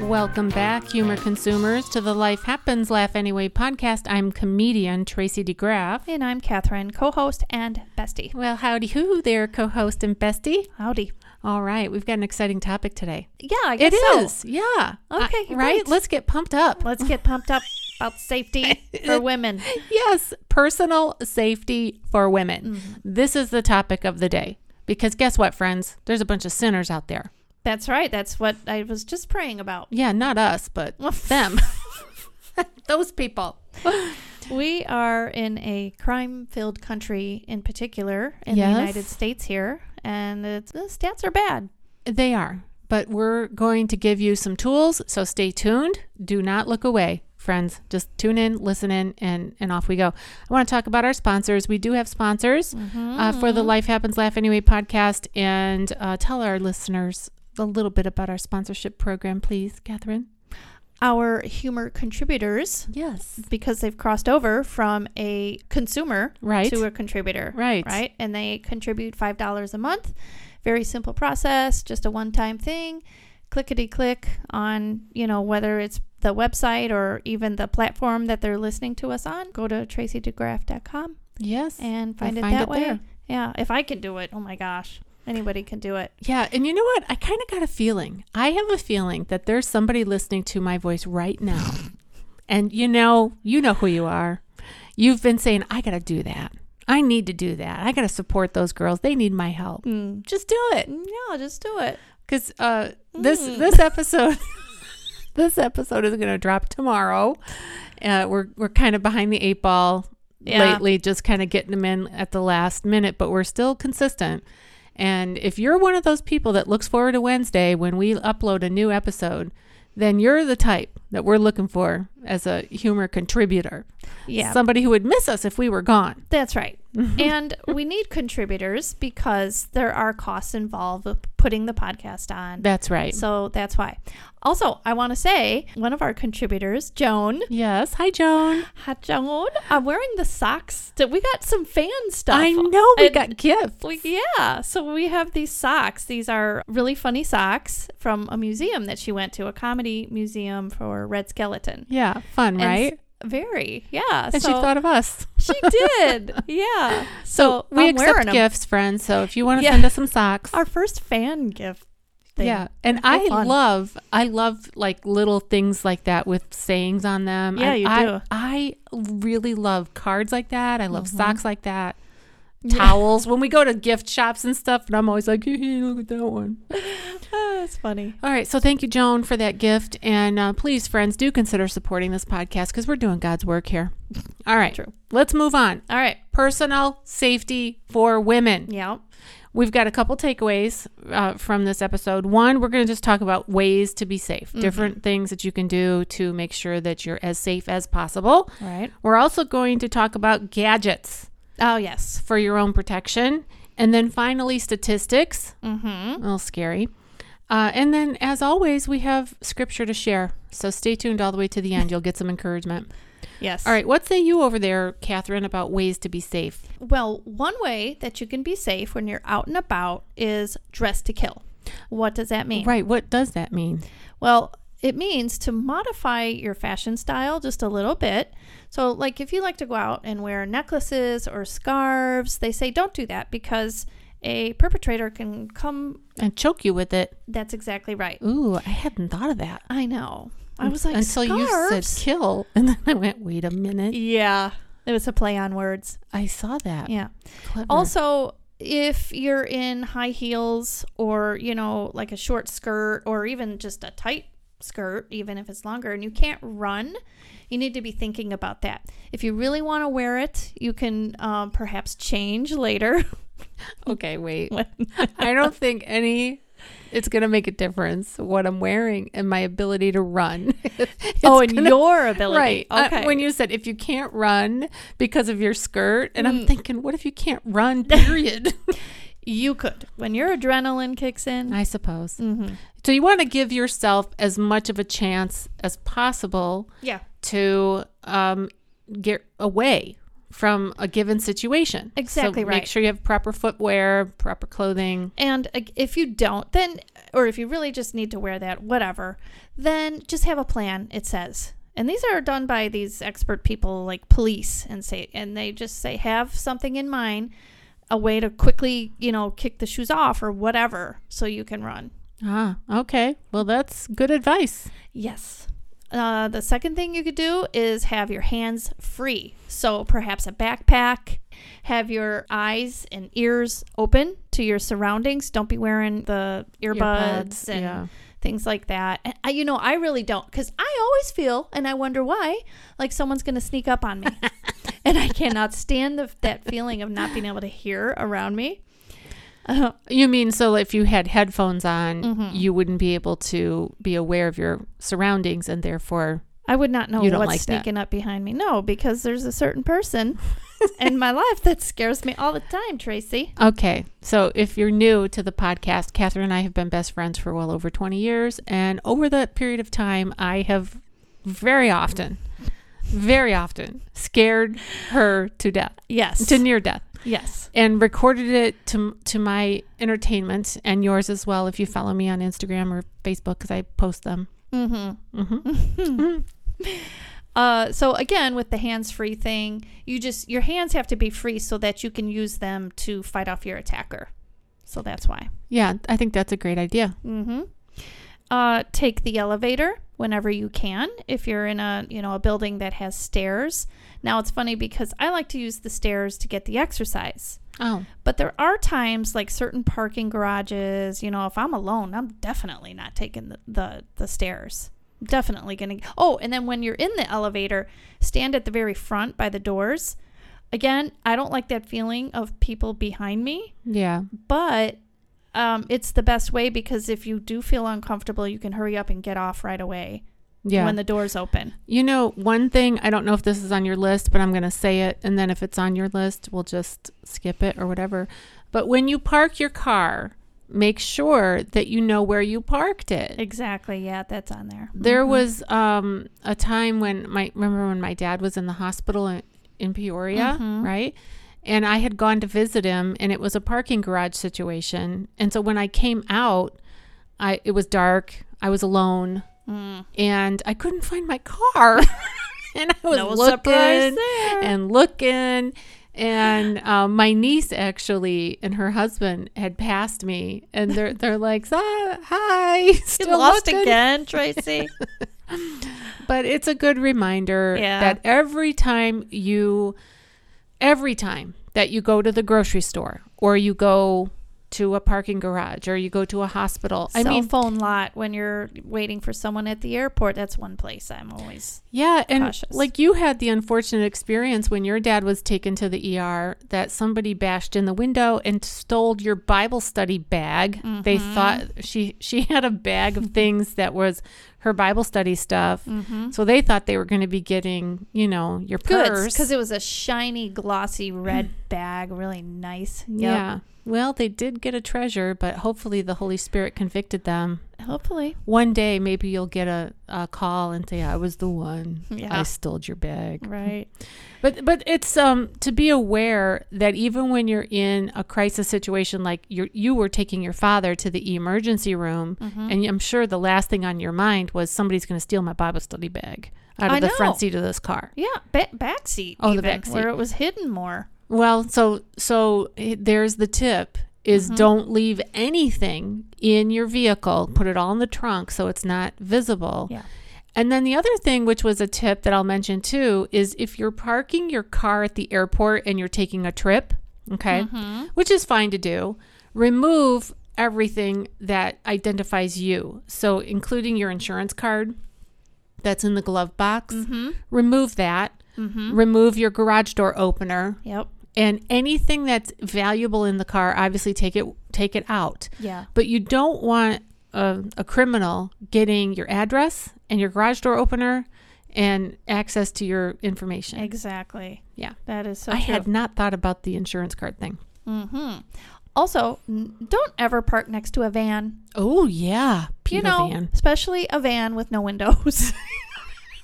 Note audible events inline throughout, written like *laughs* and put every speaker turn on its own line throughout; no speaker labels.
Welcome back, humor consumers, to the Life Happens Laugh Anyway podcast. I'm comedian Tracy DeGraff.
And I'm Catherine, co host and bestie.
Well, howdy hoo there, co host and bestie.
Howdy.
All right, we've got an exciting topic today.
Yeah, I
It
guess
is,
so.
yeah.
Okay,
Uh, right?
great.
Let's get pumped up.
Let's get pumped up about safety
*laughs*
for women.
Yes, personal safety for women.
Mm-hmm.
This is the topic of the day. Because guess what, friends? There's a bunch of sinners out there.
That's right. That's what I was just praying about.
Yeah, not us, but *laughs* them. *laughs* Those people.
We are in a crime filled country in particular in
Yes.
the United States here, and it's, the stats are bad.
They are, but we're going to give you some tools. So stay tuned. Do not look away, friends. Just tune in, listen in, and, and off we go. I want to talk about our sponsors. We do have sponsors uh, for
Mm-hmm.
the Life Happens Laugh Anyway podcast. And uh, tell our listeners a little bit about our sponsorship program, please, Catherine.
Our humor contributors,
Yes.
because they've crossed over from a consumer
Right.
to a contributor.
Right.
Right. And they contribute $5 a month. Very simple process, just a one time thing. Clickety click on, you know, whether it's the website or even the platform that they're listening to us on. Go to tracydegraff.com
Yes.
and find it
find
that
it
way.
there.
Yeah. If I can do it, oh my gosh, anybody can do it.
Yeah, and you know what? I kind of got a feeling. I have a feeling that there's somebody listening to my voice right now. and you know, you know who you are. You've been saying, "I got to do that. I need to do that. I got to support those girls. They need my help."
Mm.
Just do it.
Yeah, just do it.
Cuz uh this
Mm.
this episode *laughs* this episode is going to drop tomorrow. Uh we're we're kind of behind the eight ball
Yeah.
lately, just kind of getting them in at the last minute, but we're still consistent. And if you're one of those people that looks forward to Wednesday when we upload a new episode, then you're the type that we're looking for as a humor contributor.
Yeah.
Somebody who would miss us if we were gone.
That's
*laughs*
right. and we need contributors because there are costs involved with putting the podcast on.
That's right.
So that's why. Also, I want to say one of our contributors, Joan.
yes. Hi, Joan.
Hi, Joan. I'm wearing the socks. That we got some fan stuff.
I know we
And-
got gifts.
Well, yeah. So we have these socks. These are really funny socks from a museum that she went to, a comedy museum for Red Skeleton.
Yeah. Fun,
And
right?
s- Very. Yeah.
And
so
she thought of us.
she did. Yeah.
*laughs* So, we
I'm wearing
accept
'em.
gifts, friends. So if you want to
Yeah.
send us some socks,
Our first fan gift thing.
Yeah, and
They're
I
fun.
love I love like little things like that with sayings on them.
Yeah,
I,
you
I,
do. Mm-hmm.
I really love cards like that. I love socks like that.
Yeah.
Towels. when we go to gift shops and stuff, and I'm always like, hey, look at that one.
Ah, *laughs* that's funny.
All right, so thank you, Joan, for that gift, and uh, please, friends, do consider supporting this podcast because we're doing God's work here. All right,
True.
let's move on.
All right.
Personal safety for women.
Yeah.
We've got a couple takeaways uh, from this episode. One, we're going to just talk about ways to be safe, different things that you can do to make sure that you're as safe as possible.
Right.
We're also going to talk about gadgets
Oh, yes.
for your own protection. And then finally, statistics.
Mm-hmm.
A little scary. Uh, and then, as always, we have scripture to share. So stay tuned all the way to the end. You'll get some encouragement.
Yes.
All right. What say you over there, Catherine, about ways to be safe?
Well, one way that you can be safe when you're out and about is dress to kill. What does that mean?
Right. What does that mean?
Well, it means to modify your fashion style just a little bit. So, like if you like to go out and wear necklaces or scarves, they say don't do that because a perpetrator can come.
And choke you with it.
That's exactly right.
Ooh, I hadn't thought of that.
I know. I was like,
until you
scarves?
said kill, *laughs* and then I went, wait a minute,
Yeah. It was a play on words.
I saw that.
Yeah.
Clever.
Also, if you're in high heels or, you know, like a short skirt or even just a tight skirt, even if it's longer, and you can't run, you need to be thinking about that. If you really want to wear it, you can um, perhaps change later.
*laughs*
*laughs*
okay, wait. I don't think any. It's gonna make a difference what I'm wearing and my ability to run. *laughs* It's
oh, and
gonna-
your
*laughs*
ability.
right. I-
Okay.
when you said if you can't run because of your skirt, and I'm thinking, what if you can't run? *laughs* Period.
you could. When your adrenaline kicks in.
I suppose.
Mhm.
So you want to give yourself as much of a chance as possible
Yeah.
to um, get away from a given situation. So
Exactly
Make
right.
sure you have proper footwear, proper clothing.
And ag- if you don't, then, or if you really just need to wear that, whatever, then just have a plan, it says. And these are done by these expert people like police and say, and they just say, have something in mind, a way to quickly, you know, kick the shoes off or whatever so you can run.
Ah, okay. Well, that's good advice.
Yes. Uh, the second thing you could do is have your hands free. So perhaps a backpack. Have your eyes and ears open to your surroundings. Don't be wearing the earbuds, and
yeah.
things like that. And I, you know, I really don't because I always feel, and I wonder why, like someone's going to sneak up on me. and I cannot stand the, that feeling of not being able to hear around me. Uh,
You mean so if you had headphones on,
Mhm.
you wouldn't be able to be aware of your surroundings and therefore
I would not know
You don't
what's
like that.
sneaking up behind me. No, because there's a certain
*laughs*
person in my life that scares me all the time, Tracy.
Okay. So if you're new to the podcast, Catherine and I have been best friends for well over 20 years. And over that period of time, I have very often, very often scared her to death,
Yes.
to near death,
yes.
and recorded it to, to my entertainment and yours as well if you follow me on Instagram or Facebook because I post them.
Mm-hmm.
hmm Mm-hmm.
Uh, so again, with the hands-free thing, you just your hands have to be free so that you can use them to fight off your attacker. So that's why.
Yeah, I think that's a great idea.
Mm-hmm. Uh, take the elevator whenever you can if you're in a you know a building that has stairs. Now it's funny because I like to use the stairs to get the exercise.
Oh,
But there are times like certain parking garages, you know, if I'm alone, I'm definitely not taking the, the, the stairs. Definitely going to. Oh, and then when you're in the elevator, stand at the very front by the doors. Again, I don't like that feeling of people behind me,
yeah.
but um, it's the best way because if you do feel uncomfortable, you can hurry up and get off right away
Yeah.
when the doors open.
You know, one thing, I don't know if this is on your list, but I'm going to say it. And then if it's on your list, we'll just skip it or whatever. But when you park your car, make sure that you know where you parked it.
Exactly. Yeah, that's on there.
There
Mhm.
was um, a time when my, remember when my dad was in the hospital in, in Peoria,
Mhm.
right? And I had gone to visit him and it was a parking garage situation. And so when I came out, I, it was dark. I was alone
Mm.
and I couldn't find my car. *laughs* and I was
No
looking
surprise there.
and looking. And um, my niece actually and her husband had passed me, and
*laughs*
they're they're like, "Ah, "Hi, *laughs*
Get
still
lost
looking."
again, Tracy.
But it's a good reminder
Yeah.
that every time you, every time that you go to the grocery store or you go to a parking garage or you go to a hospital, I mean,
phone lot when you're waiting for someone at the airport. That's one place I'm always.
Yeah, and
cautious.
like you had the unfortunate experience when your dad was taken to the ER that somebody bashed in the window and stole your Bible study bag. They
Mm-hmm.
thought she she had a bag of things that was her Bible study stuff.
Mm-hmm.
So they thought they were going to be getting, you know, your
Good,
purse. Mm.
because it was a shiny, glossy red bag, really nice. Yep.
Yeah. Well, they did get a treasure, but hopefully the Holy Spirit convicted them.
Hopefully.
One day maybe you'll get a, a call and say, I was the one.
Yeah.
I stole your bag.
Right.
But but it's um to be aware that even when you're in a crisis situation like you you were taking your father to the emergency room
Mm-hmm.
and I'm sure the last thing on your mind was somebody's going to steal my Bible study bag out of
I
the
know.
front seat of this car.
Yeah. Ba- back seat.
Oh, the
even,
back seat.
Where it was hidden more.
Well, so so eh, there's the tip is
Mm-hmm.
don't leave anything in your vehicle. Put it all in the trunk so it's not visible.
Yeah.
And then the other thing, which was a tip that I'll mention too, is if you're parking your car at the airport and you're taking a trip, okay, which is fine to do, remove everything that identifies you. So, including your insurance card that's in the glove box, remove that, remove your garage door opener,
Yep.
and anything that's valuable in the car obviously take it take it out
Yeah.
but you don't want a, a criminal getting your address and your garage door opener and access to your information
Exactly.
yeah
That is so
i
true.
had not thought about the insurance card thing
Mm-hmm. Also, n- don't ever park next to a van.
oh yeah
You
Peter
know, *laughs*
Van.
especially a van with no windows. *laughs*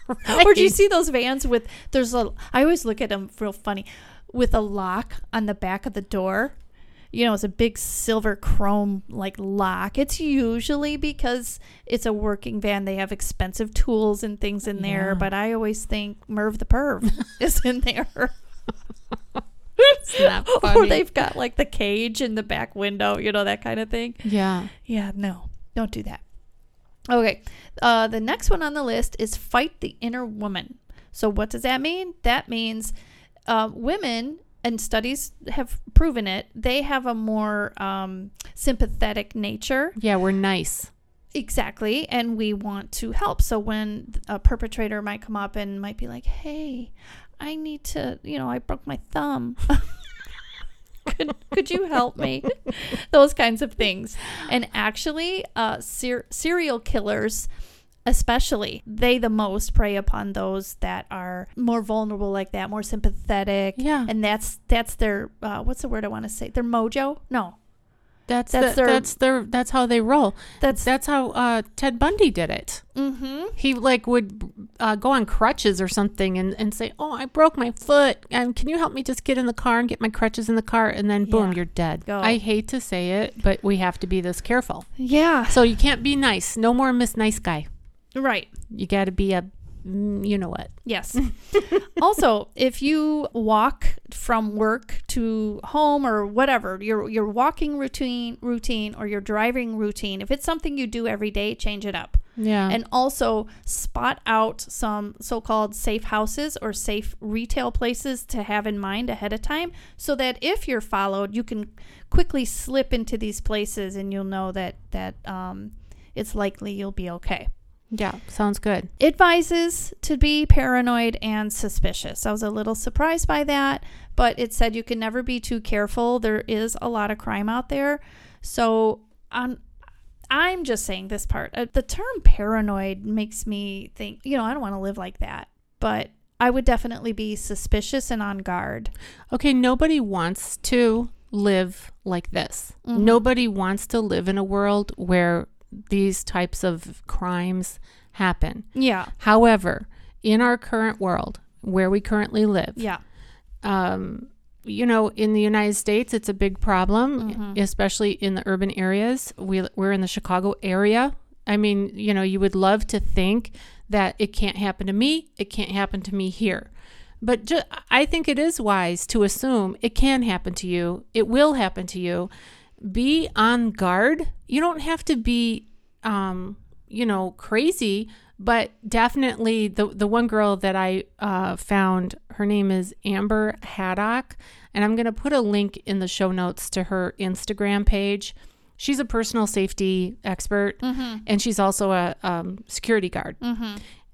Right.
Or do you see those vans with there's a I always look at them real funny with a lock on the back of the door. You know, it's a big silver chrome like lock. It's usually because it's a working van. They have expensive tools and things in there,
Yeah.
but I always think Merv the Perv *laughs* is in there.
It's *laughs* not
*laughs* or
funny.
they've got like the cage in the back window, you know, that kind of thing.
Yeah.
Yeah, no, don't do that. Okay, uh, the next one on the list is fight the inner woman. So, what does that mean? That means uh, women, and studies have proven it, they have a more um, sympathetic nature.
Yeah, we're nice.
Exactly, and we want to help. So, when a perpetrator might come up and might be like, hey, I need to, you know, I broke my thumb. *laughs* could, could you help me? *laughs* Those kinds of things. And actually, uh, ser- serial killers, especially, they the most prey upon those that are more vulnerable like that, more sympathetic.
Yeah.
And that's that's their uh, what's the word I want to say? Their mojo? No,
That's
That's
that's
their-
that's their that's how they roll.
that's
That's how uh, Ted Bundy did it.
mm-hmm.
He like would uh, go on crutches or something and, and say, "Oh, I broke my foot. And can you help me just get in the car and get my crutches in the car?" And then boom,
Yeah.
you're dead.
Go.
I hate to say it, but we have to be this careful.
Yeah,
So you can't be nice. No more Miss Nice Guy.
right.
You got to be a, mm, you know what?
Yes. also, if you walk from work to home or whatever, your your walking routine routine or your driving routine, if it's something you do every day, change it up.
Yeah.
And also spot out some so-called safe houses or safe retail places to have in mind ahead of time so that if you're followed, you can quickly slip into these places and you'll know that that um, it's likely you'll be okay
yeah, sounds good.
advises to be paranoid and suspicious. I was a little surprised by that, but it said you can never be too careful. There is a lot of crime out there. So on I'm just saying this part. Uh, the term paranoid makes me think, you know, I don't want to live like that, but I would definitely be suspicious and on guard.
Okay, nobody wants to live like this.
Mhm.
Nobody wants to live in a world where these types of crimes happen.
Yeah.
However, in our current world, where we currently live,
Yeah.
um, you know, in the United States, it's a big problem, especially in the urban areas. We, we're in the Chicago area. I mean, you know, you would love to think that it can't happen to me, it can't happen to me here. But ju- I think it is wise to assume it can happen to you, it will happen to you. Be on guard. You don't have to be um, you know, crazy, but definitely the the one girl that I uh, found, her name is Amber Haddock, and I'm gonna put a link in the show notes to her Instagram page. She's a personal safety expert,
Mm-hmm.
and she's also a um, security guard.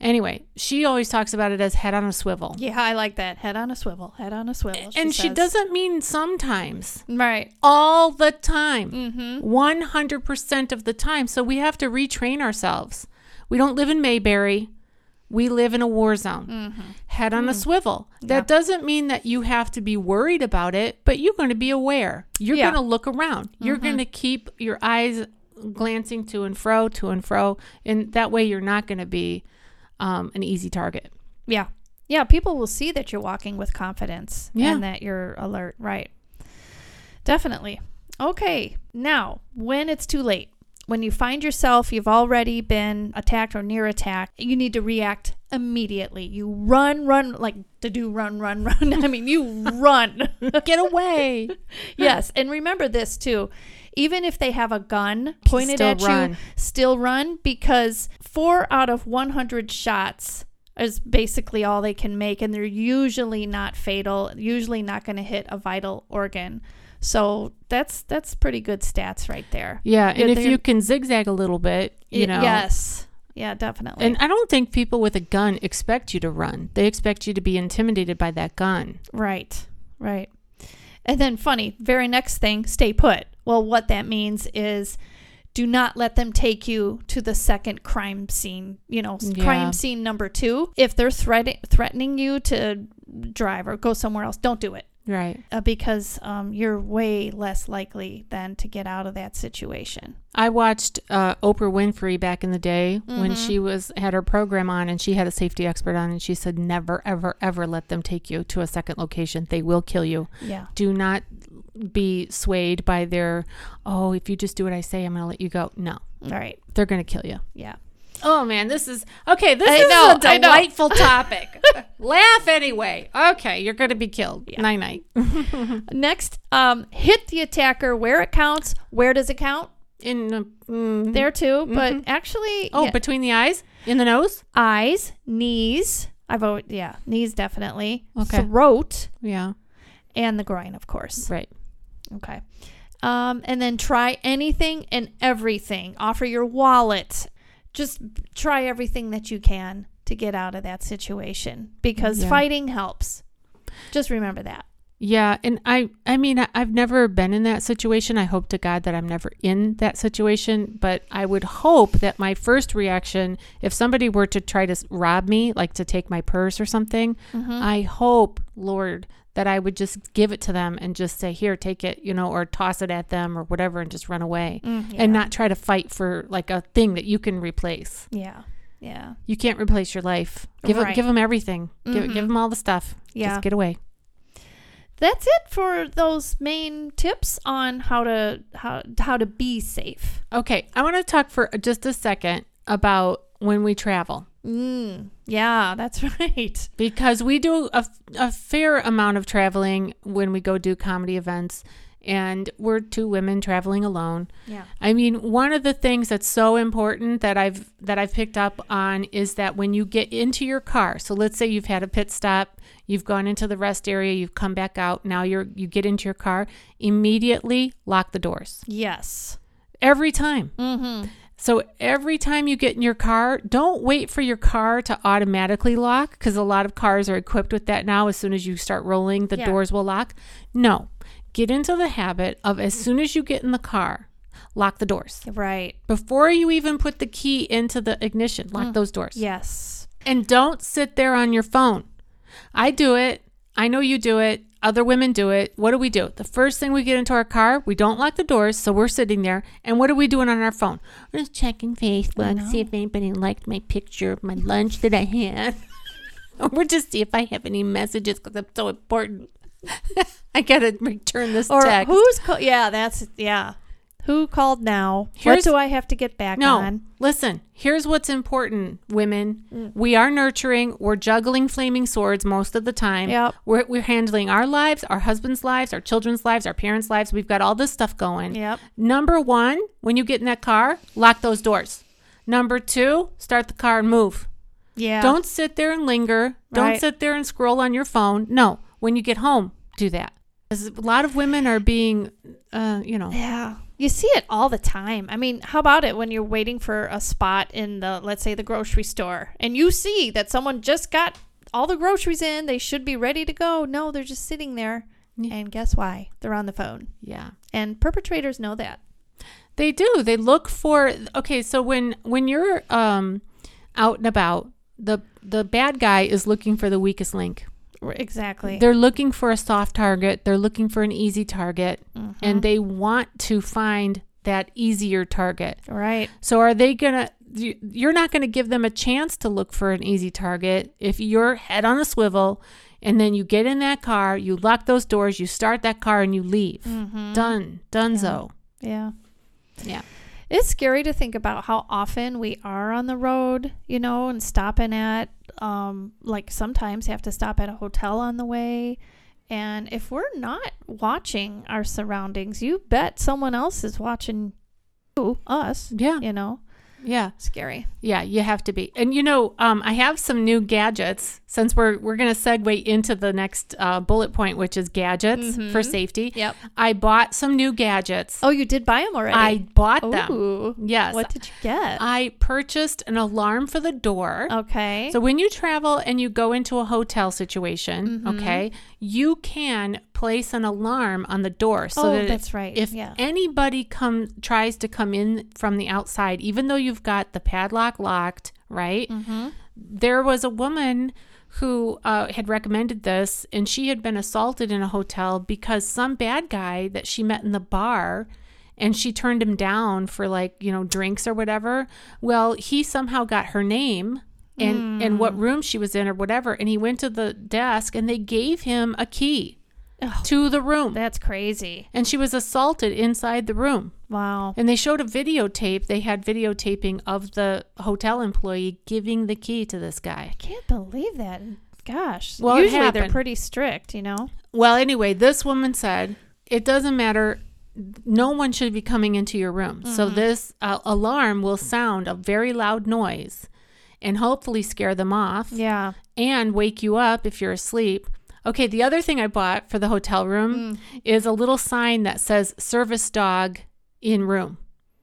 Anyway, she always talks about it as head on a swivel,
Yeah, I like that. Head on a swivel. Head on a swivel.
and she
says.
doesn't mean sometimes,
Right.
all the time.
Mm-hmm.
100% of the time. So we have to retrain ourselves. We don't live in Mayberry. We live in a war zone.
Mm-hmm.
Head on a swivel. That doesn't mean that you have to be worried about it, but you're going to be aware. You're
Yeah. Mm-hmm.
going to look around. You're going to keep your eyes glancing to and fro, to and fro. And that way you're not going to be um, an easy target.
Yeah. Yeah, people will see that you're walking with confidence
Yeah.
and that you're alert, right? Definitely. Okay. Now, when it's too late, when you find yourself you've already been attacked or near attack, you need to react immediately. You run, run like to do run, run, *laughs* run. I mean, you run.
*laughs* Get away.
*laughs* yes, and remember this too. Even if they have a gun pointed
Still
at you,
run.
still run because four out of 100 shots is basically all they can make, and they're usually not fatal, usually not going to hit a vital organ. So that's that's pretty good stats right there.
Yeah.
Yeah,
And if
they're-
you can zigzag a little bit, you
It-
know.
yes, yeah, definitely.
And I don't think people with a gun expect you to run. They expect you to be intimidated by that gun.
Right, right. And then, funny, very next thing, stay put. Well, what that means is do not let them take you to the second crime scene, you know, s-
Yeah.
crime scene number two. If they're threat- threatening you to drive or go somewhere else, don't do it.
Right.
uh, because um, you're way less likely than to get out of that situation.
I watched uh, Oprah Winfrey back in the day when she was had her program on, and she had a safety expert on, and she said, "Never, ever, ever let them take you to a second location. They will kill you.
Yeah.
Do not be swayed by their, oh, if you just do what I say, I'm going to let you go. No,
All right.
they're going to kill you.
Yeah.
Oh man, this is okay. This
I
is
know,
a
I know.
delightful topic. Laugh anyway. Okay, you're going to be killed. Night night.
Next, um, hit the attacker where it counts. Where does it count?
In uh, mm,
There too, but actually,
oh,
yeah,
between the eyes, in the nose.
eyes, knees. I've always, yeah, knees definitely.
Okay.
Throat
Yeah,
and the groin, of course.
right.
Okay. Um, and then try anything and everything. Offer your wallet. Just try everything that you can to get out of that situation because
Yeah.
fighting helps. Just remember that.
Yeah, and I I mean I, I've never been in that situation. I hope to God that I'm never in that situation, but I would hope that my first reaction if somebody were to try to s- rob me, like to take my purse or something, I hope, Lord, that I would just give it to them and just say, "Here, take it," you know, or toss it at them or whatever and just run away Mm. and not try to fight for like a thing that you can replace.
Yeah. Yeah.
You can't replace your life. Give 'em-
Right.
give them everything. Give give them all the stuff.
Yeah.
Just get away.
That's it for those main tips on how to how how to be safe.
Okay, I want to talk for just a second about when we travel
Mm, yeah, that's *laughs* right.
because we do a, a fair amount of traveling when we go do comedy events, and we're two women traveling alone.
Yeah.
I mean, one of the things that's so important that I've that I've picked up on is that when you get into your car, so let's say you've had a pit stop, you've gone into the rest area, you've come back out, now you're you get into your car, immediately lock the doors
Yes.
every time.
Mm-hmm.
So every time you get in your car, don't wait for your car to automatically lock because a lot of cars are equipped with that now. As soon as you start rolling, the
Yeah.
doors will lock. No, get into the habit of as soon as you get in the car, lock the doors.
Right.
Before you even put the key into the ignition, lock those doors.
Yes.
And don't sit there on your phone. I do it. I know you do it. Other women do it. What do we do? The first thing we get into our car, we don't lock the doors, so we're sitting there. And what are we doing on our phone? We're just checking Facebook, see if anybody liked my picture of my lunch that I had. *laughs* we're just see if I have any messages because I'm so important. *laughs* I gotta return this
Or
text.
who's call- yeah, that's yeah. Who called now?
Here's-
what do I have to get back
No.
on? Mm.
Listen, here's what's important, women. We are nurturing, we're juggling flaming swords most of the time.
Yep.
We're, we're handling our lives, our husbands' lives, our children's lives, our parents' lives. We've got all this stuff going.
Yep.
Number one, when you get in that car, lock those doors. Number two, start the car and move.
Yeah.
Don't sit there and linger. Don't
Right.
sit there and scroll on your phone. No, when you get home, do that. 'Cause A lot of women are being, uh, you know,
Yeah. You see it all the time. I mean, how about it when you're waiting for a spot in the, let's say, the grocery store, and you see that someone just got all the groceries in, they should be ready to go. No, they're just sitting there.
Yeah.
And guess why? They're on the phone.
yeah.
And perpetrators know that.
They do. They look for okay, so when when you're um out and about, the the bad guy is looking for the weakest link.
Exactly.
They're looking for a soft target, they're looking for an easy target, and they want to find that easier target.
right.
So are they going to you're not going to give them a chance to look for an easy target if you're head on a swivel and then you get in that car, you lock those doors, you start that car and you leave. Done. Dunzo.
Yeah.
Yeah.
It's scary to think about how often we are on the road, you know, and stopping at, um, like sometimes have to stop at a hotel on the way. And if we're not watching our surroundings, you bet someone else is watching you, us,
Yeah.
you know.
Yeah.
Scary.
Yeah, you have to be. And you know, um, I have some new gadgets since we're we're going to segue into the next uh, bullet point, which is gadgets for safety.
Mm-hmm. Yep.
I bought some new gadgets.
Oh, you did buy them already?
I bought them.
Ooh.
Yes,
What did you get?
I purchased an alarm for the door.
okay.
Uh, So when you travel and you go into a hotel
Mm-hmm.
situation, okay, you can place an alarm on the door so
Oh,
that
that's right.
if
Yeah.
anybody come tries to come in from the
Mm-hmm.
outside, even though you've got the padlock locked, right? There was a woman who uh, had recommended this, and she had been assaulted in a hotel because some bad guy that she met in the bar and she turned him down for like, you know, drinks or whatever. Well, he somehow got her name and, and
Hmm.
what room she was in or whatever. And he went to the desk and they gave him a key
Ugh.
to the room.
That's crazy.
and she was assaulted inside the room.
Wow.
And they showed a videotape. They had videotaping of the hotel employee giving the key to this guy.
Can't believe that. Gosh.
Well, it
usually they're
happened.
pretty strict, you know?
Well, anyway, this woman said, it doesn't matter. No one should be coming into your room. So this uh, alarm will sound a very loud noise and hopefully scare them off
Yeah.
and wake you up if you're asleep. Okay, the other thing I bought for the hotel room is a little sign that says service dog in room.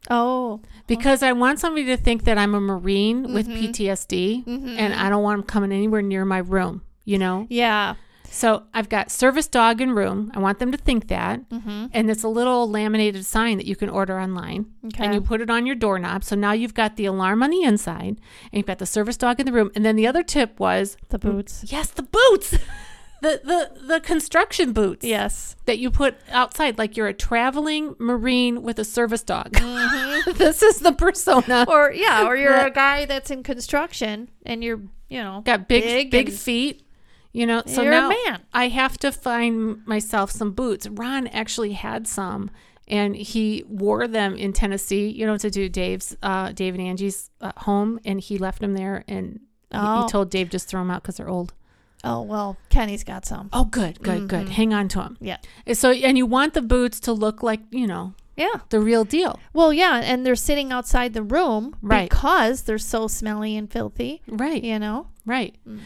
Oh.
because I want somebody to think that I'm a Marine with PTSD and I don't want them coming anywhere near my room, you know?
Yeah.
So I've got service dog in room. I want them to think that. And it's a little laminated sign that you can order online.
Okay.
And you put it on your doorknob. So now you've got the alarm on the inside and you've got the service dog in the room. And then the other tip was
The boots.
yes, the boots. *laughs* The, the the construction boots
Yes.
that you put outside like you're a traveling marine with a service dog *laughs* this is the persona
*laughs* Or yeah, or you're
That-
a guy that's in construction and you're, you know,
got big big,
Big and-
feet. You know, so
You're a
now
man.
I have to find myself some boots. Ron actually had some, and he wore them in Tennessee. You know, to do Dave's, uh, Dave and Angie's uh, home, and he left them there. And he- he,
Oh.
told Dave just throw them out because they're old.
Oh, well, Kenny's got some.
Oh, good, good, good. Hang on to them.
Yeah.
So, and you want the boots to look like you know
Yeah.
the real deal,
Well, yeah, and they're sitting outside the room
Right.
because they're so smelly and filthy,
right?
you know?
Right.
Mm.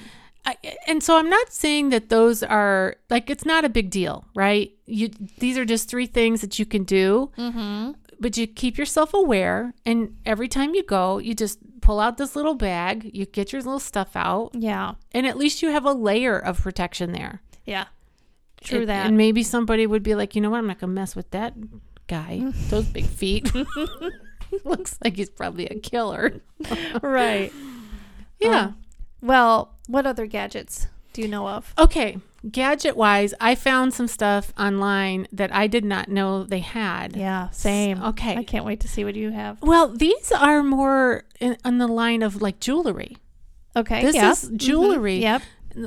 I, and so I'm not saying that those are like it's not a big deal, right? You these are just three things that you can do,
Mhm.
but you keep yourself aware and every time you go, you just pull out this little bag, you get your little stuff out,
Yeah.
and at least you have a layer of protection there.
Yeah. True
and,
that.
And maybe somebody would be like, "You know what? I'm not going to mess with that guy.
*laughs*
Those big feet." *laughs* Looks like he's probably a
Um,
killer.
right.
Yeah.
Um, Well, what other gadgets do you know of?
Okay, gadget wise, I found some stuff online that I did not know they had.
Yeah, same.
Okay.
I can't wait to see what you have.
Well, these are more in, on the line of like jewelry.
Okay.
This
Mm-hmm. yeah.
is jewelry.
Yep.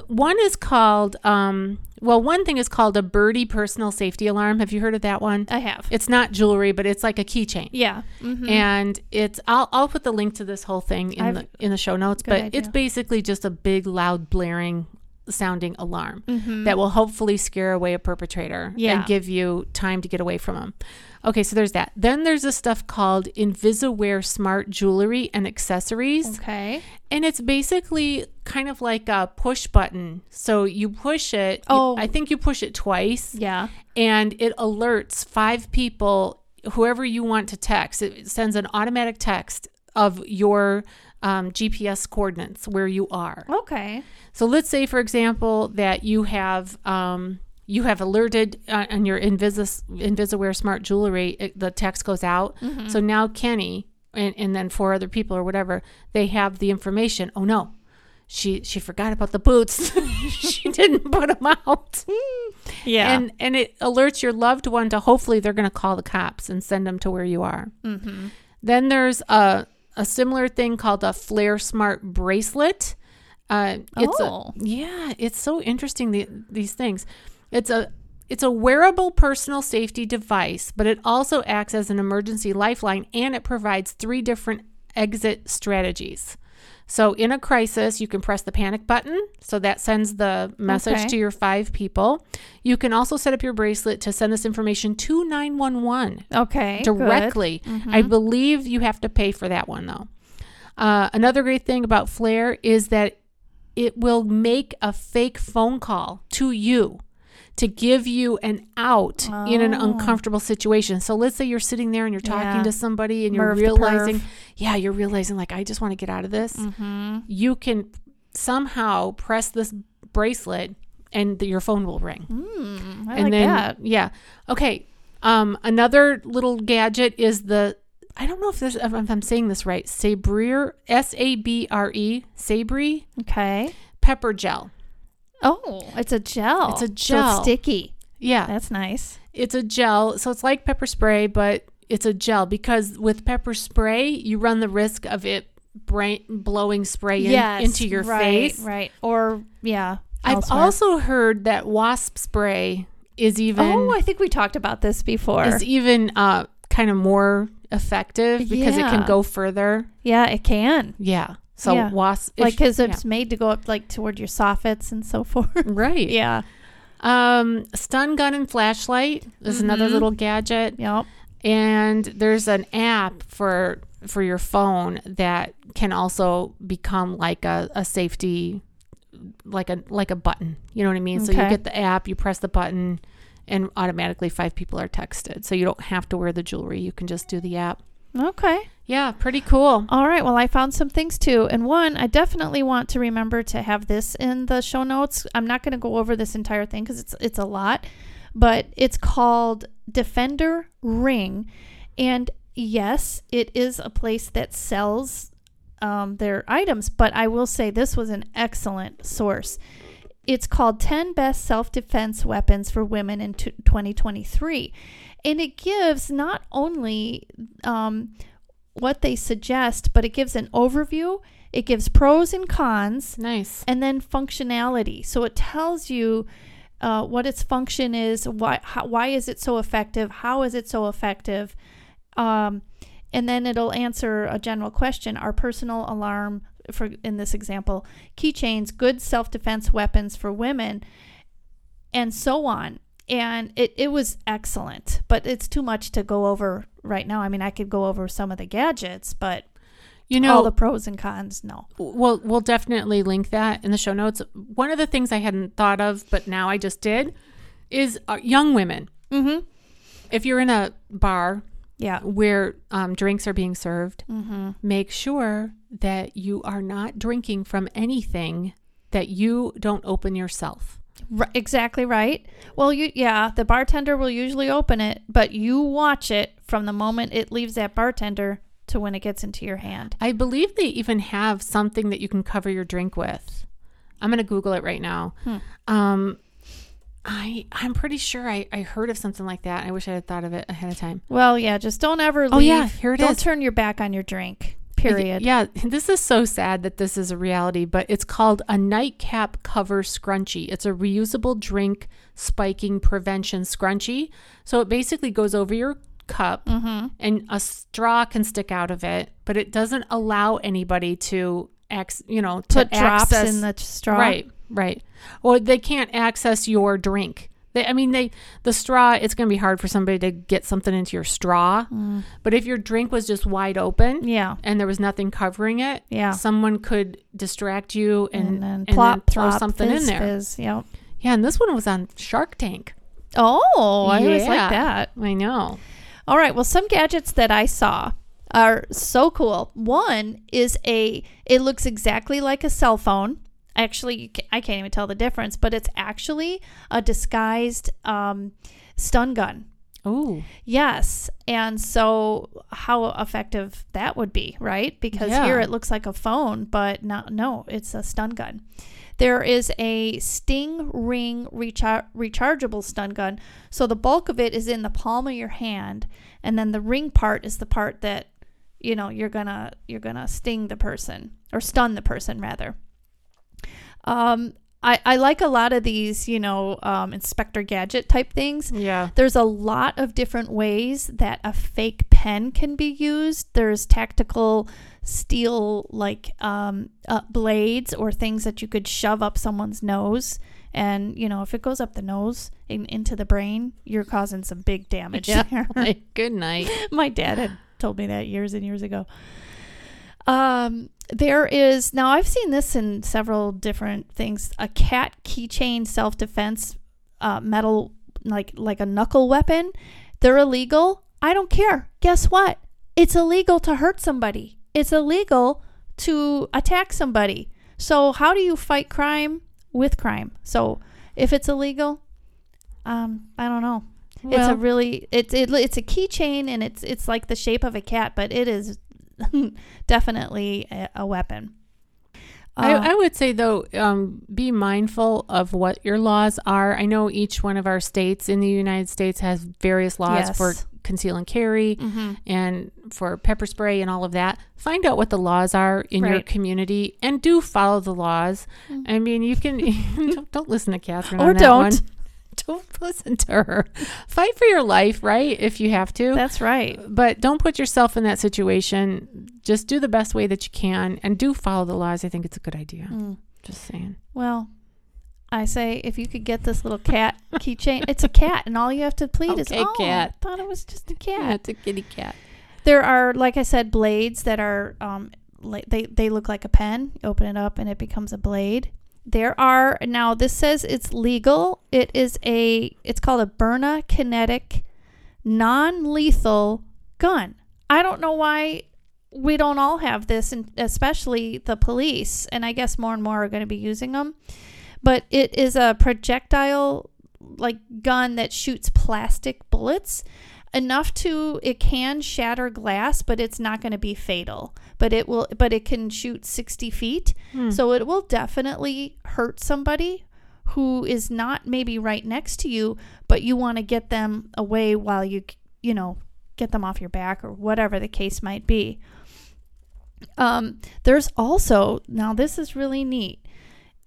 One is called, um, well, one thing is called a birdie personal safety alarm. Have you heard of that one?
I have.
It's not jewelry, but it's like a keychain.
yeah. hmm
And it's I'll, I'll put the link to this whole thing in
I've-
the in the show notes,
Good
but
idea.
it's basically just a big loud blaring sounding alarm.
hmm
that will hopefully scare away a perpetrator and
Yeah.
give you time to get away from them. Okay, so there's that. Then there's this stuff called Invisiware Smart Jewelry and Accessories.
Okay.
And it's basically kind of like a push button. So you push it, you-
Oh.
I think you push it twice,
Yeah.
and it alerts five people, whoever you want to text. It sends an automatic text of your um, GPS coordinates where you are.
Okay.
So let's say, for example, that you have um, you have alerted uh, on your Invis Invisiware smart jewelry. It, the text goes out. So now Kenny and, and then four other people or whatever they have the information. Oh no, she she forgot about the boots. *laughs* she didn't put them out.
Yeah.
And and it alerts your loved one to hopefully they're going to call the cops and send them to where you are.
Mm-hmm.
Then there's a a similar thing called a Flare Smart bracelet. Uh, it's a-
Oh.
yeah, it's so interesting the, these things. It's a it's a wearable personal safety device, but it also acts as an emergency lifeline and it provides three different exit strategies. So in a crisis, you can press the panic button, so that sends the message
Okay.
to your five people. You can also set up your bracelet to send this information to 911
okay. good. Mm-hmm.
directly. I believe you have to pay for that one though. Uh, another great thing about Flare is that it will make a fake phone call to you to give you an out in an
Oh.
uncomfortable situation. So let's say you're sitting there and you're talking
Yeah.
to somebody and you're
Merv the perv.
realizing, yeah, you're realizing like I just want to get out of this.
Mm-hmm.
You can somehow press this bracelet and th- your phone will ring
Mm, I
and
like
then
that.
yeah okay um another little gadget is the i don't know if this if i'm saying this right sabrier s-a-b-r-e E, sabri
Okay.
pepper gel.
Oh, it's a gel.
It's a
So
gel.
sticky.
Yeah.
That's nice.
It's a gel, so it's like pepper spray, but it's a gel because with pepper spray, you run the risk of it brain blowing spray in, into your
right,
face.
Right. Or yeah.
I've
elsewhere.
also heard that wasp spray is even
Oh, I think we talked about this before.
is even uh, kind of more effective because it can
Yeah.
go further.
yeah, it can.
Yeah. So
Yeah.
wasp if-
Like cuz
yeah.
it's made to go up like toward your soffits and so forth.
right.
*laughs* yeah.
Um, stun gun and flashlight is another
Mhm.
little gadget.
Yep.
and there's an app for for your phone that can also become like a, a safety like a like a button you know what i mean so you
Okay.
get the app you press the button and automatically five people are texted so you don't have to wear the jewelry you can just do the app
Okay.
yeah pretty cool
All right. Well, I found some things too. And one, I definitely want to remember to have this in the show notes. I'm not going to go over this entire thing because it's it's a lot, but it's called Defender Ring, and yes, it is a place that sells um, their items. But I will say this was an excellent source. It's called 10 Best Self Defense Weapons for Women in t- 2023. And it gives not only um, what they suggest, but it gives an overview, it gives pros and cons,
nice
and then functionality. So it tells you uh, what its function is, why how, why is it so effective, how is it so effective, um, and then it'll answer a general question: Are personal alarm, for in this example, keychains good self defense weapons for women, and so on. And it, it was excellent, but it's too much to go over right now. I mean, I could go over some of the gadgets, but
you
all
know
the pros and cons, no.
we'll we'll definitely link that in the show notes one of the things i hadn't thought of but now i just did is uh, young women
Mm-hmm.
if you're in a bar
Yeah.
where um, drinks are being served,
Mm-hmm.
make sure that you are not drinking from anything that you don't open yourself.
R- exactly right. Well, you yeah, the bartender will usually open it, but you watch it from the moment it leaves that bartender to when it gets into your hand.
I believe they even have something that you can cover your drink with. I'm going to Google it right now.
Hmm.
Um, I I'm pretty sure I, I heard of something like that. I wish I had thought of it ahead of time.
Well, yeah, just don't ever leave.
Oh, yeah, here it
don't
is.
turn your back on your drink. Period.
Yeah, *laughs* this is so sad that this is a reality, but it's called a nightcap cover scrunchie. It's a reusable drink spiking prevention scrunchie. So it basically goes over your cup
Mm-hmm.
and a straw can stick out of it, but it doesn't allow anybody to ac- you know, to
Put drops
access
in the straw.
Right, right. Or they can't access your drink. They, I mean, they the straw. It's going to be hard for somebody to get something into your straw.
Mm.
But if your drink was just wide open,
Yeah.
and there was nothing covering it,
Yeah.
someone could distract you and,
And then
and then
plop,
throw
plop,
something in
fizz,
there.
Fizz, yep.
Yeah, and this one was on Shark Tank.
Oh, I always
Yeah.
like that.
I know.
All right. Well, some gadgets that I saw are so cool. One is a. It looks exactly like a cell phone. Actually, you ca- I can't even tell the difference, but it's actually a disguised um, stun gun.
Oh,
Yes. And so, how effective that would be, right? Because
Yeah.
here it looks like a phone, but not, no, it's a stun gun. There is a Sting Ring rechar- rechargeable stun gun. So, the bulk of it is in the palm of your hand. And then the ring part is the part that you know you're gonna you're gonna sting the person or stun the person rather um i i like a lot of these you know um inspector gadget type things
*laughs* yeah.
there's a lot of different ways that a fake pen can be used. There's tactical steel like um, uh, blades or things that you could shove up someone's nose. And you know, if it goes up the nose and into the brain, you're causing some big damage
Yeah. *laughs*
there.
Like, good night.
*laughs* My dad had told me that years and years ago. Um, there is now I've seen this in several different things. A cat keychain self defense uh, metal like like a knuckle weapon. They're illegal. I don't care. Guess what? It's illegal to hurt somebody. It's illegal to attack somebody. So how do you fight crime with crime? So if it's illegal, um, I don't know it's a
Well,
really it's it, it's a keychain and it's it's like *laughs* the shape of a cat, but it is definitely a, a weapon. Uh,
I, I would say though, um, be mindful of what your laws are. I know each one of our states in the United States has various laws
Yes.
for conceal and carry
mm,
and for pepper spray and all of that. Find out what the laws are in your
Right.
community and do follow the laws. I mean, you can *laughs* don't, don't listen to Catherine
Or
on that
don't.
one. *laughs* Don't listen to her. Fight for your life, right? If you Uh, have to
That's right.
but don't put yourself in that situation. Just do the best way that you can and do follow the laws. I think it's a good idea.
Mm.
Just saying.
Well, I say if you could get this little cat keychain, it's a cat, and all you have to plead is,
Okay,
"Oh,
cat."
I thought it was just a cat."
it's a kitty cat.
There are, like I said, blades that are um, like they they look like a pen. You open it up, and it becomes a blade. There are now. This says it's legal. It is a. It's called a Berna Kinetic non-lethal gun. I don't know why we don't all have this, and especially the police. And I guess more and more are going to be using them. But it is a projectile like gun that shoots plastic bullets enough to it can shatter glass but it's not going to be fatal but it will but it can shoot 60 feet
Hmm.
so it will definitely hurt somebody who is not maybe right next to you but you want to get them away while you you know get them off your back or whatever the case might be um, there's also now this is really neat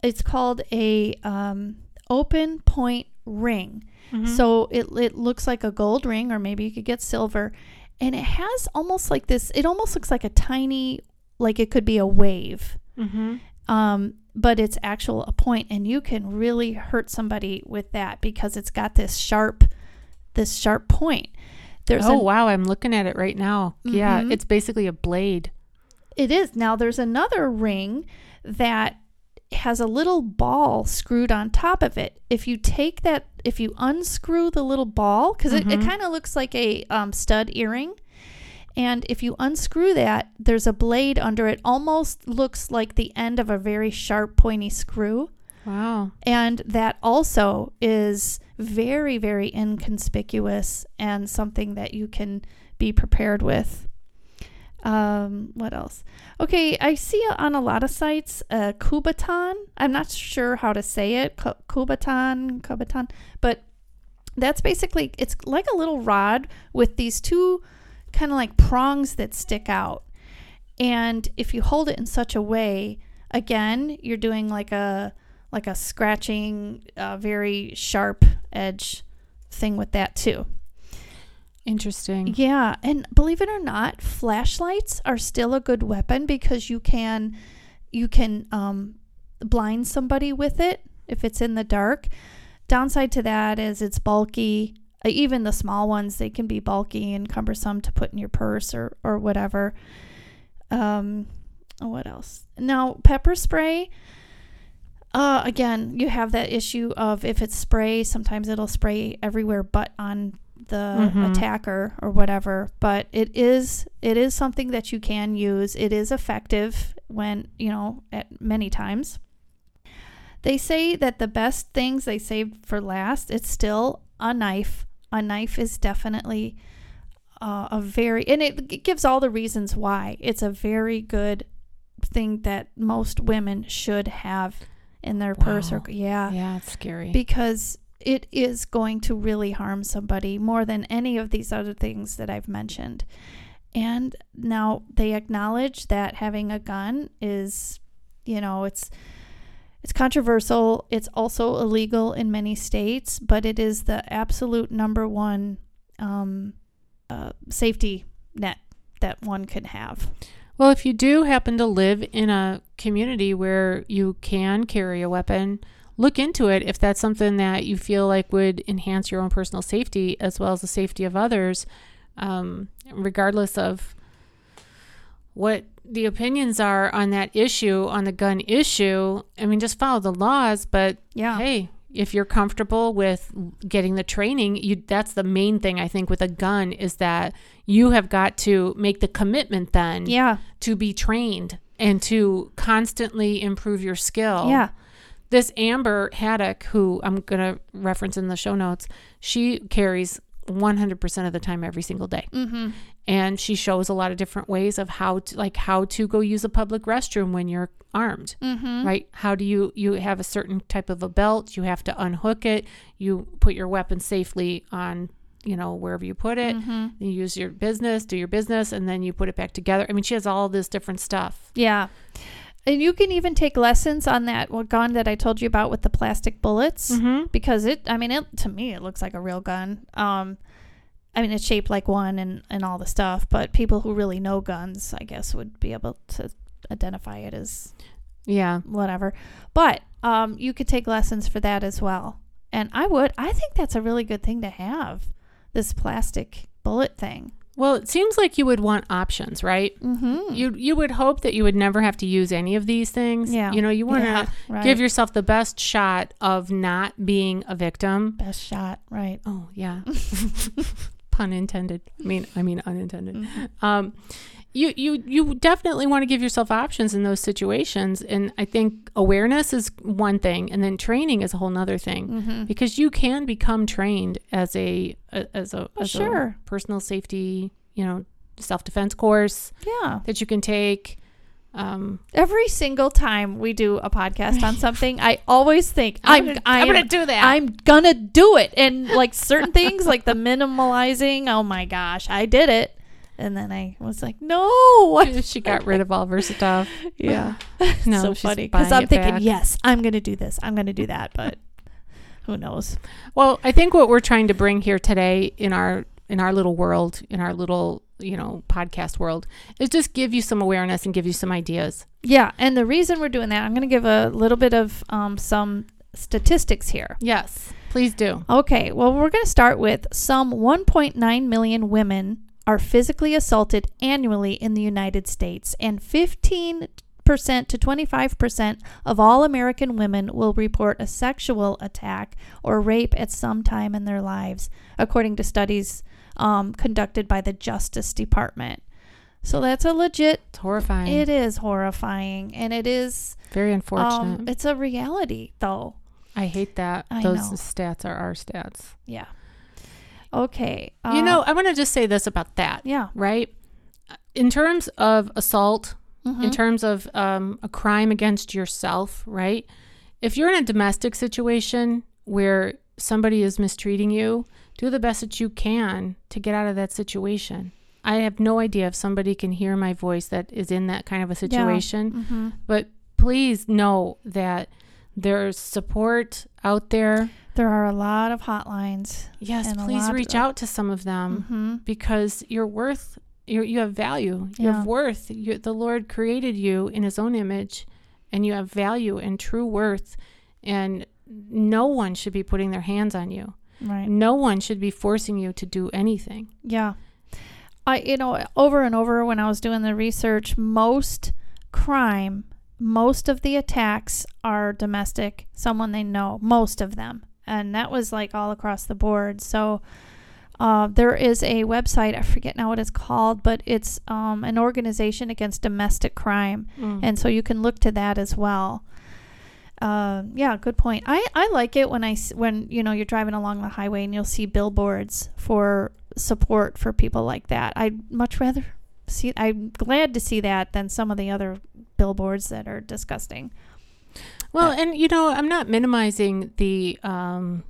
it's called a um, open point ring so it, it looks like a gold ring, or maybe you could get silver. And it has almost like this, it almost looks like a tiny, like it could be a wave,
Mm-hmm.
um, but it's actual a point, and you can really hurt somebody with that because it's got this sharp, this sharp point. There's
Oh
an- Mm-hmm.
wow, I'm looking at it right now. Yeah, it's basically a blade.
It is. Now there's another ring that has a little ball screwed on top of it. If you take that, if you unscrew the little ball, because it, it kind of looks like a um, stud earring. And if you unscrew that, there's a blade under it, almost looks like the end of a very sharp, pointy screw.
Wow.
And that also is very, very inconspicuous and something that you can be prepared with. Um, what else? Okay, I see on a lot of sites uh, Kubaton. I'm not sure how to say it. Ku- Kubaton, Kubaton. But that's basically, it's like a little rod with these two kind of like prongs that stick out. And if you hold it in such a way, again, you're doing like a like a scratching, uh, very sharp edge thing with that too.
Interesting.
Yeah, and believe it or not, flashlights are still a good weapon because you can you can um, blind somebody with it if it's in the dark. Downside to that is it's bulky. Uh, Even the small ones, they can be bulky and cumbersome to put in your purse or or whatever. Um, what else? Now pepper spray. Uh, again, you have that issue of if it's spray, sometimes it'll spray everywhere but on the
Mhm.
attacker or whatever. But it is it is something that you can use. It is effective when you know at many times. They say that the best things they saved for last. It's still a knife. A knife is definitely uh, a very and it, it gives all the reasons why it's a very good thing that most women should have in their purse or
Wow.
yeah
Yeah, it's scary.
because it is going to really harm somebody more than any of these other things that I've mentioned. And now they acknowledge that having a gun is, you know, it's it's controversial. It's also illegal in many states, but it is the absolute number one um, uh, safety net that one could have.
Well, if you do happen to live in a community where you can carry a weapon, look into it if that's something that you feel like would enhance your own personal safety as well as the safety of others, um, regardless of what the opinions are on that issue, on the gun issue. I mean, just follow the laws, but
Yeah.
hey, if you're comfortable with getting the training, you that's the main thing I think with a gun is that you have got to make the commitment then
Yeah.
to be trained and to constantly improve your skill.
Yeah.
This Amber Haddock, who I'm going to reference in the show notes, she carries 100% of the time every single day.
Mm-hmm.
And she shows a lot of different ways of how to like how to go use a public restroom when you're armed,
Mm-hmm.
right? How do you you have a certain type of a belt, you have to unhook it, you put your weapon safely on, you know, wherever you put it.
Mm-hmm.
You use your business, do your business and then you put it back together. I mean, she has all this different stuff.
Yeah. And you can even take lessons on that well, gun that I told you about with the plastic bullets
Mhm.
because it, I mean, it, to me, it looks like a real gun. Um, I mean, it's shaped like one and, and all the stuff, but people who really know guns, I guess, would be able to identify it as
Yeah.
whatever. But um, you could take lessons for that as well. And I would, I think that's a really good thing to have this plastic bullet thing.
Well, it seems like you would want options, right?
Mm-hmm.
You you would hope that you would never have to use any of these things.
Yeah.
You know, you want to
Yeah, right.
give yourself the best shot of not being a victim.
best shot,
*laughs*
right?
Oh,
*laughs*
yeah. Pun intended. I mean, I mean unintended.
Mm-hmm.
Um you, you you definitely want to give yourself options in those situations and i think awareness is one thing and then training is a whole nother thing
Mm-hmm.
because you can become trained as a a- as a, as a
sure.
personal safety you know self-defense course
Yeah.
that you can take
*laughs*
um
Every single time we do a podcast
*laughs*
on something, I always think I'm
I'm gonna-
I
I'm
am-
gonna do that.
I'm gonna do it. And like certain things, like the minimalizing, oh my gosh, I did it. And then I was like, no.
*laughs* she got rid of all of her stuff
*laughs* Yeah.
*laughs* no
so
she's
funny. Because
buying
I'm
it
thinking,
back.
yes, I'm gonna do this. I'm gonna do that. But who knows?
Well, I think what we're trying to bring here today in our in our little world, in our little, you know, podcast world, is just give you some awareness and give you some ideas.
Yeah. And the reason we're doing that, I'm gonna give a little bit of um, some statistics here.
Yes. Please do.
Okay, well, we're going to start with some 1.9 million women are physically assaulted annually in the United States, and 15% to 25% of all American women will report a sexual attack or rape at some time in their lives, according to studies um, conducted by the Justice Department. So that's a legit,
It's horrifying.
it is horrifying, and it is,
Very unfortunate.
um, it's a reality, though.
I hate that.
I
Those
know.
stats are our stats.
Yeah. Okay.
you
uh,
know, I want to just say this about that,
yeah.
right? In terms of assault, in
Mhm.
terms of um, a crime against yourself, right? If you're in a domestic situation where somebody is mistreating you, do the best that you can to get out of that situation. I have no idea if somebody can hear my voice that is in that kind of a situation,
Mm-hmm.
but please know that there's support out there.
There are a lot of hotlines.
Yes,
And a
please
lot
reach
of-
out to some of them
Mm-hmm.
because you're worth you you have value you
Yeah.
have worth you, the lord created you in his own image and you have value and true worth and no one should be putting their hands on you
Right.
no one should be forcing you to do anything
Yeah. I you know over and over when I was doing the research, most crime, most of the attacks are domestic, someone they know, most of them. And that was like all across the board. So uh, there is a website, I forget now what it's called, but it's um, an organization against domestic crime. and so you can look to that as well. Um, yeah, good point. I, I like it when I s- when you know you're driving along the highway and you'll see billboards for support for people like that. I'd much rather see. I'm glad to see that than some of the other billboards that are disgusting.
well and you know i'm not minimizing the um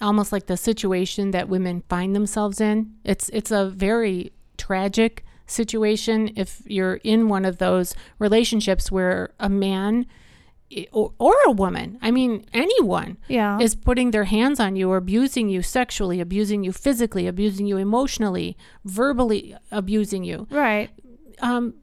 almost like the situation that women find themselves in it's it's a very tragic situation if you're in one of those relationships where a man i- or, or a woman i mean anyone
Yeah,
is putting their hands on you or abusing you sexually abusing you physically abusing you emotionally verbally abusing you
right.
um,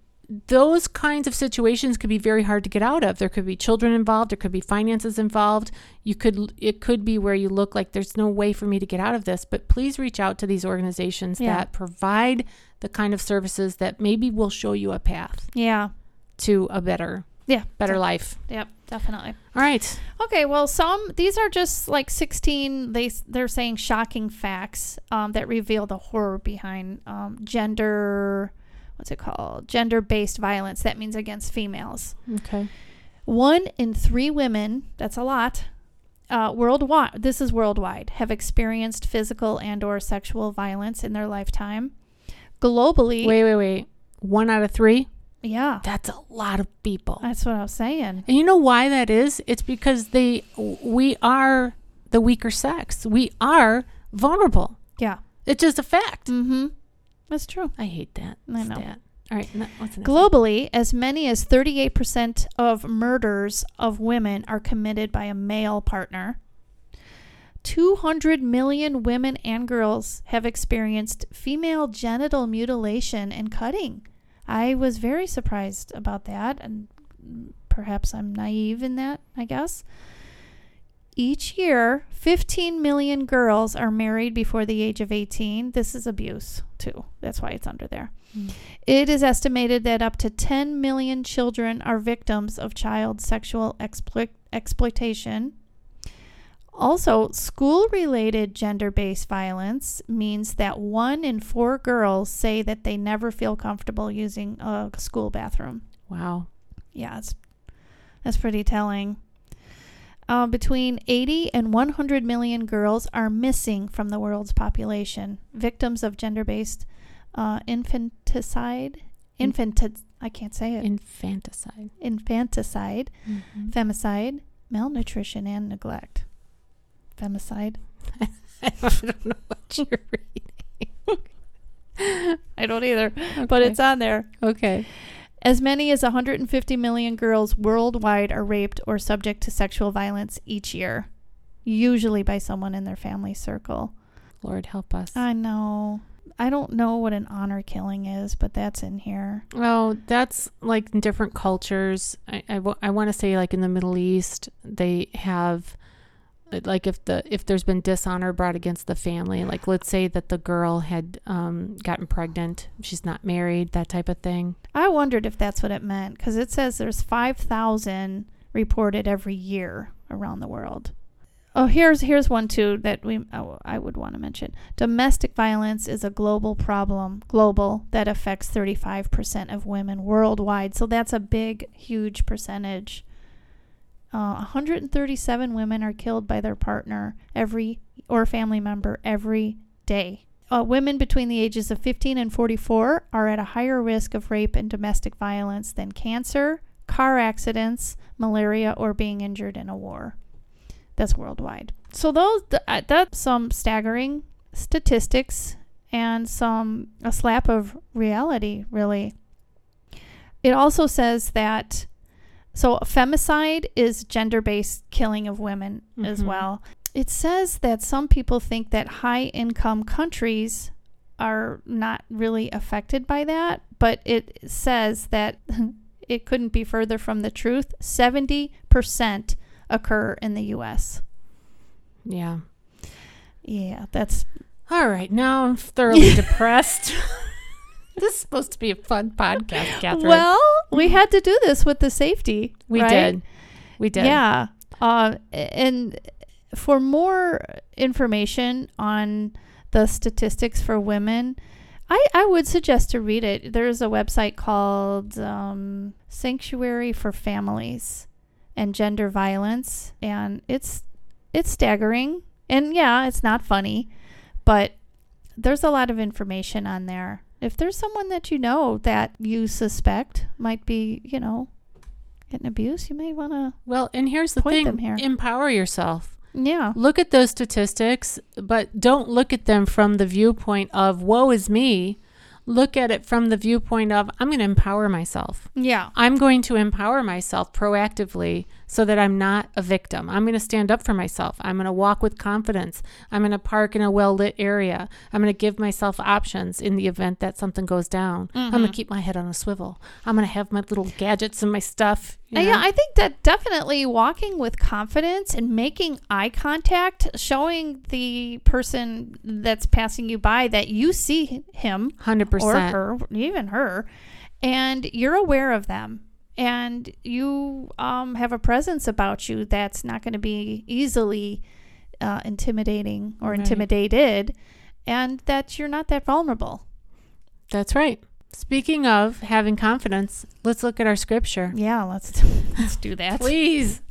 those kinds of situations could be very hard to get out of. There could be children involved. There could be finances involved. You could it could be where you look like there's no way for me to get out of this. But please reach out to these organizations
Yeah.
that provide the kind of services that maybe will show you a path
Yeah,
to a better
yeah.
better life.
Yep, definitely.
All right.
Okay, well, some these are just like 16. They they're saying shocking facts um, that reveal the horror behind um, gender. What's it called? Gender-based violence. That means against females.
Okay.
One in three women. That's a lot. uh, worldwide this is worldwide have experienced physical and or sexual violence in their lifetime globally
Wait, wait, wait. One out of three?
yeah
That's a lot of people.
that's what i was saying
And you know why that is? It's because they we are the weaker sex. We are vulnerable.
yeah
It's just a fact.
mm-hmm that's true
Mm. I hate that.
I know.
stat. All right, n- what's the next?
globally as many as 38% of murders of women are committed by a male partner 200 million women and girls have experienced female genital mutilation and cutting. I was very surprised about that, and perhaps I'm naive in that, I guess. Each year, 15 million girls are married before the age of 18. This is abuse, too. That's why it's under there.
Mm.
It is estimated that up to 10 million children are victims of child sexual exploit- exploitation. Also, school related gender based violence means that one in four girls say that they never feel comfortable using a school bathroom.
Wow.
Yeah, it's, that's pretty telling. Uh, between 80 and 100 million girls are missing from the world's population, victims of gender based uh, infanticide.
In-
Infanti- I can't say it.
Infanticide.
Infanticide,
Mm-hmm.
femicide, malnutrition, and neglect. Femicide.
*laughs* I don't know what you're *laughs* reading.
I don't either, but it's on there.
okay.
As many as 150 million girls worldwide are raped or subject to sexual violence each year, usually by someone in their family circle.
Lord help us.
I know. I don't know what an honor killing is, but that's in here.
Oh, that's like in different cultures. I, I, w- I want to say like in the Middle East, they have uh, like if the if there's been dishonor brought against the family, like let's say that the girl had um, gotten pregnant, she's not married, that type of thing.
I wondered if that's what it meant because it says there's 5,000 reported every year around the world. Oh, here's here's one too that we oh, I would want to mention. Domestic violence is a global problem, global that affects 35% of women worldwide. So that's a big, huge percentage. Uh, 137 women are killed by their partner every or family member every day. Uh, women between the ages of 15 and 44 are at a higher risk of rape and domestic violence than cancer, car accidents, malaria, or being injured in a war. That's worldwide. So those th- uh, that's some staggering statistics and some a slap of reality, really. It also says that so femicide is gender-based killing of women as
Mhm.
well. It says that some people think that high-income countries are not really affected by that, but it says that *laughs* it couldn't be further from the truth. 70% occur in the US.
Yeah.
Yeah, that's
All right, now I'm *laughs* thoroughly depressed. this is supposed to be a fun podcast, Catherine.
well, we had to do this with the safety.
Mm-hmm. we
right?
did. We did.
Yeah. Uh, and for more information on the statistics for women, I, I would suggest to read it. There's a website called um, Sanctuary for Families and Gender Violence, and it's it's staggering. And yeah, it's not funny, but there's a lot of information on there. If there's someone that you know that you suspect might be, you know, getting abused, you may want to
Well, and here's the
Point
thing:
them here.
empower yourself.
Yeah.
look at those statistics, but don't look at them from the viewpoint of woe is me. Look at it from the viewpoint of I'm going to empower myself.
Yeah.
I'm going to empower myself proactively so that I'm not a victim. I'm going to stand up for myself. I'm going to walk with confidence. I'm going to park in a well lit area. I'm going to give myself options in the event that something goes down. I'm
Mm-hmm.
going to keep my head on a swivel. I'm going to have my little gadgets and my stuff. you
Uh,
know?
Yeah, I think that definitely walking with confidence and making eye contact, showing the person that's passing you by that you see him
100%.
or her, even her, and you're aware of them and you um, have a presence about you that's not going to be easily uh, intimidating or
Right.
intimidated and that you're not that vulnerable.
That's right. Speaking of having confidence, let's *laughs* look at our scripture.
Yeah, let's let's do that.
Please.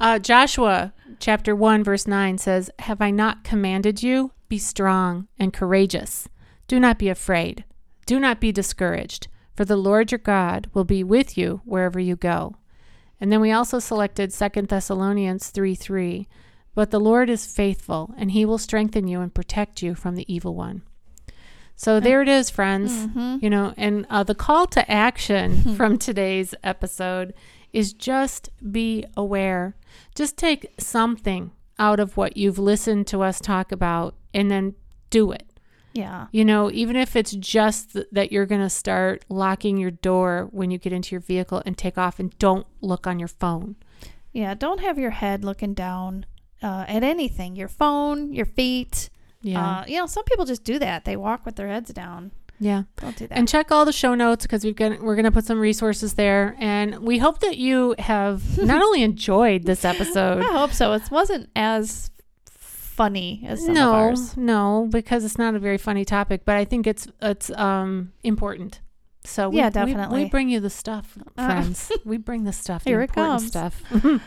uh, Joshua chapter 1, verse 9 says, Have I not commanded you? Be strong and courageous. Do not be afraid. Do not be discouraged, for the Lord your God will be with you wherever you go. And then we also selected 2 Thessalonians 3 3. But the Lord is faithful, and he will strengthen you and protect you from the evil one. So there it is, friends. You know, and uh, the call to *laughs* action from today's episode is just be aware. Just take something out of what you've listened to us talk about and then do it.
Yeah.
You know, even if it's just th- that you're going to start locking your door when you get into your vehicle and take off and don't look on your phone.
Yeah. Don't have your head looking down uh, at anything your phone, your feet.
Yeah.
Uh, you know, some people just do that. They walk with their heads down.
yeah.
Don't do that.
and check all the show notes because we've got we're going to put some resources there and we hope that you *laughs* have not only enjoyed this episode
*laughs* I hope so. It wasn't as funny as some of
no
ours.
no because it's not a very funny topic but i think it's it's um important so we,
Yeah,
we- we,
definitely.
bring you the stuff
Uh. *laughs*
friends we bring the stuff the
Here it
important
comes. *laughs*
stuff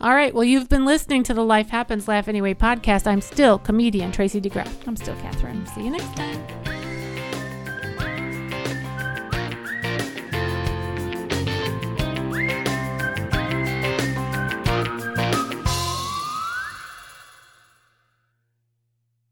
all right well you've been listening to the life happens laugh anyway podcast i'm still comedian tracy degraff
I'm still Catherine.
see you next time